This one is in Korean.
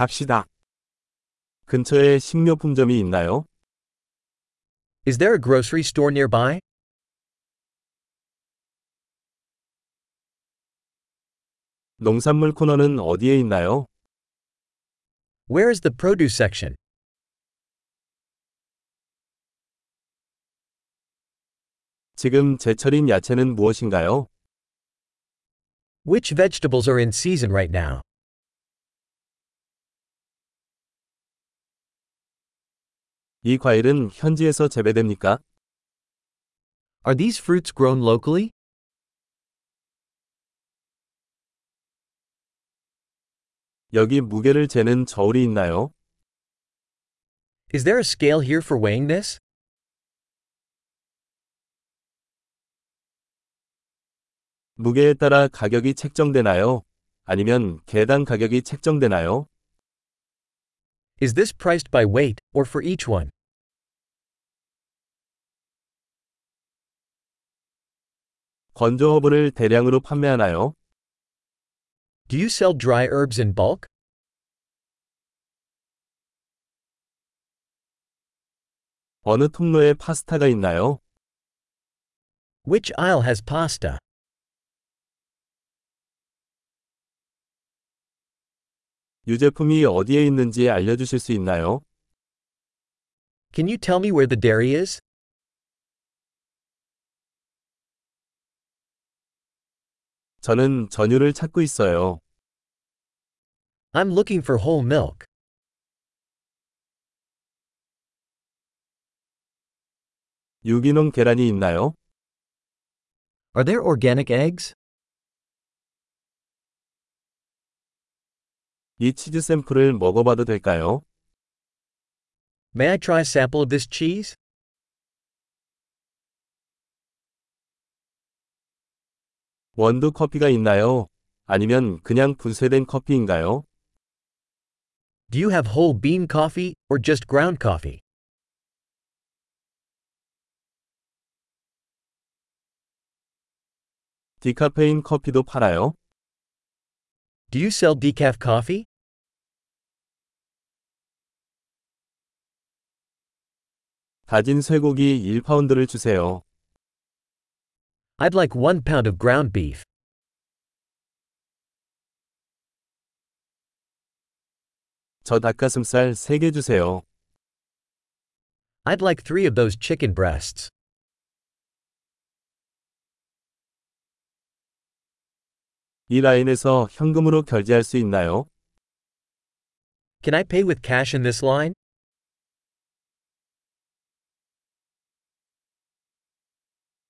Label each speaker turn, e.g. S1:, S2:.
S1: 갑시다. 근처에 식료품점이 있나요?
S2: Is there a grocery store nearby?
S1: 농산물 코너는 어디에 있나요?
S2: Where is the produce section?
S1: 지금 제철인 야채는 무엇인가요?
S2: Which vegetables are in season right now?
S1: 이 과일은 현지에서 재배됩니까?
S2: Are these fruits grown locally?
S1: 여기 무게를 재는 저울이 있나요?
S2: Is there a scale here for weighing this?
S1: 무게에 따라 가격이 책정되나요? 아니면 개당 가격이 책정되나요?
S2: Is this priced by weight, or for each one?
S1: 건조 허브를 대량으로 판매하나요?
S2: Do you sell dry herbs in bulk?
S1: 어느 통로에 파스타가 있나요?
S2: Which aisle has pasta?
S1: 유제품이 어디에 있는지 알려주실 수 있나요?
S2: Can you tell me where the dairy is?
S1: 저는 전유를 찾고 있어요.
S2: I'm looking for whole milk.
S1: 유기농 계란이 있나요?
S2: Are there organic eggs?
S1: 이 치즈 샘플을 먹어봐도 될까요?
S2: May I try a sample of this cheese?
S1: 원두 커피가 있나요? 아니면 그냥 분쇄된 커피인가요?
S2: Do you have whole bean coffee, or just ground coffee?
S1: 디카페인 커피도 팔아요?
S2: Do you sell decaf coffee?
S1: 다진 쇠고기 1파운드를 주세요.
S2: I'd like one pound of ground beef.
S1: 저 닭가슴살 3개 주세요.
S2: I'd like three of those chicken breasts.
S1: 이 라인에서 현금으로 결제할 수 있나요?
S2: Can I pay with cash in this line?